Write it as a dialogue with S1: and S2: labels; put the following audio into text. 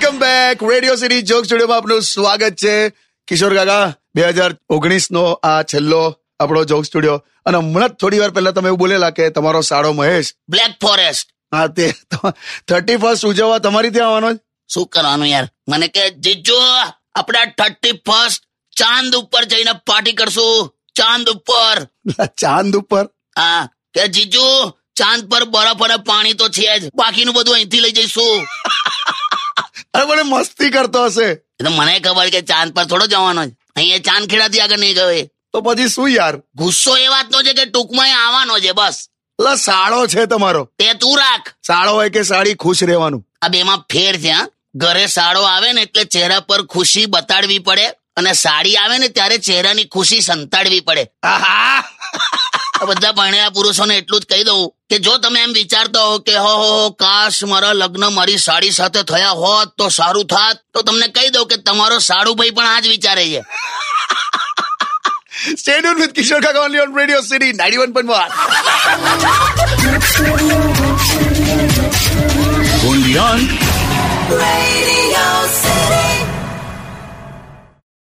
S1: Back radio city joke સ્ટુડિયોમાં આપનું સ્વાગત છે કિશોર કાકા બે હજાર ઓગણીસનો આ છેલ્લો આપણો જોક સ્ટુડિયો અને હમણાં જ થોડી વાર પહેલા તમે એવું બોલેલા કે તમારો સાળો મહેશ
S2: બ્લેક ફોરેસ્ટ
S1: હા તે થર્ટી ફર્સ્ટ ઉજવવા તમારી ત્યાં આવવાનો છે?
S2: શું કરવાનું યાર મને કે જીજુ આપણે થર્ટી ફર્સ્ટ ચાંદ ઉપર જઈને પાર્ટી કરશું ચાંદ ઉપર
S1: લા, ચાંદ ઉપર
S2: હા કે જીજુ ચાંદ પર બરફ અને પાણી તો છે જ બાકીનું બધું અહીંથી લઈ જઈશું
S1: અરે મને મસ્તી કરતો હશે
S2: એ તો મને ખબર કે ચાંદ પર થોડો જવાનો છે અહીંયા ચાંદ ખેડાથી આગળ નહીં ગયો એ
S1: તો પછી શું યાર
S2: ગુસ્સો એ વાતનો છે કે ટૂંકમાં એ આવવાનો છે બસ
S1: લા સાળો છે તમારો
S2: તે તું રાખ
S1: સાળો હોય કે સાડી ખુશ રહેવાનું
S2: આ બેમાં ફેર છે હા? ઘરે સાળો આવે ને એટલે ચહેરા પર ખુશી બતાડવી પડે અને સાડી આવે ને ત્યારે ચહેરાની ખુશી સંતાડવી પડે
S1: આહા
S2: આ બધા ભણેલા પુરુષોને એટલું જ કહી દઉં કે જો તમે એમ વિચારતા હો કે હો હો કાશ મારા લગ્ન મારી સાડી સાથે થયા હોત તો સારું થાત તો તમને કહી દઉં કે તમારો સાડુ ભાઈ પણ આ જ વિચારે છે
S1: Stay tuned with Kishore Kaga only on Radio City 91.1.
S3: Radio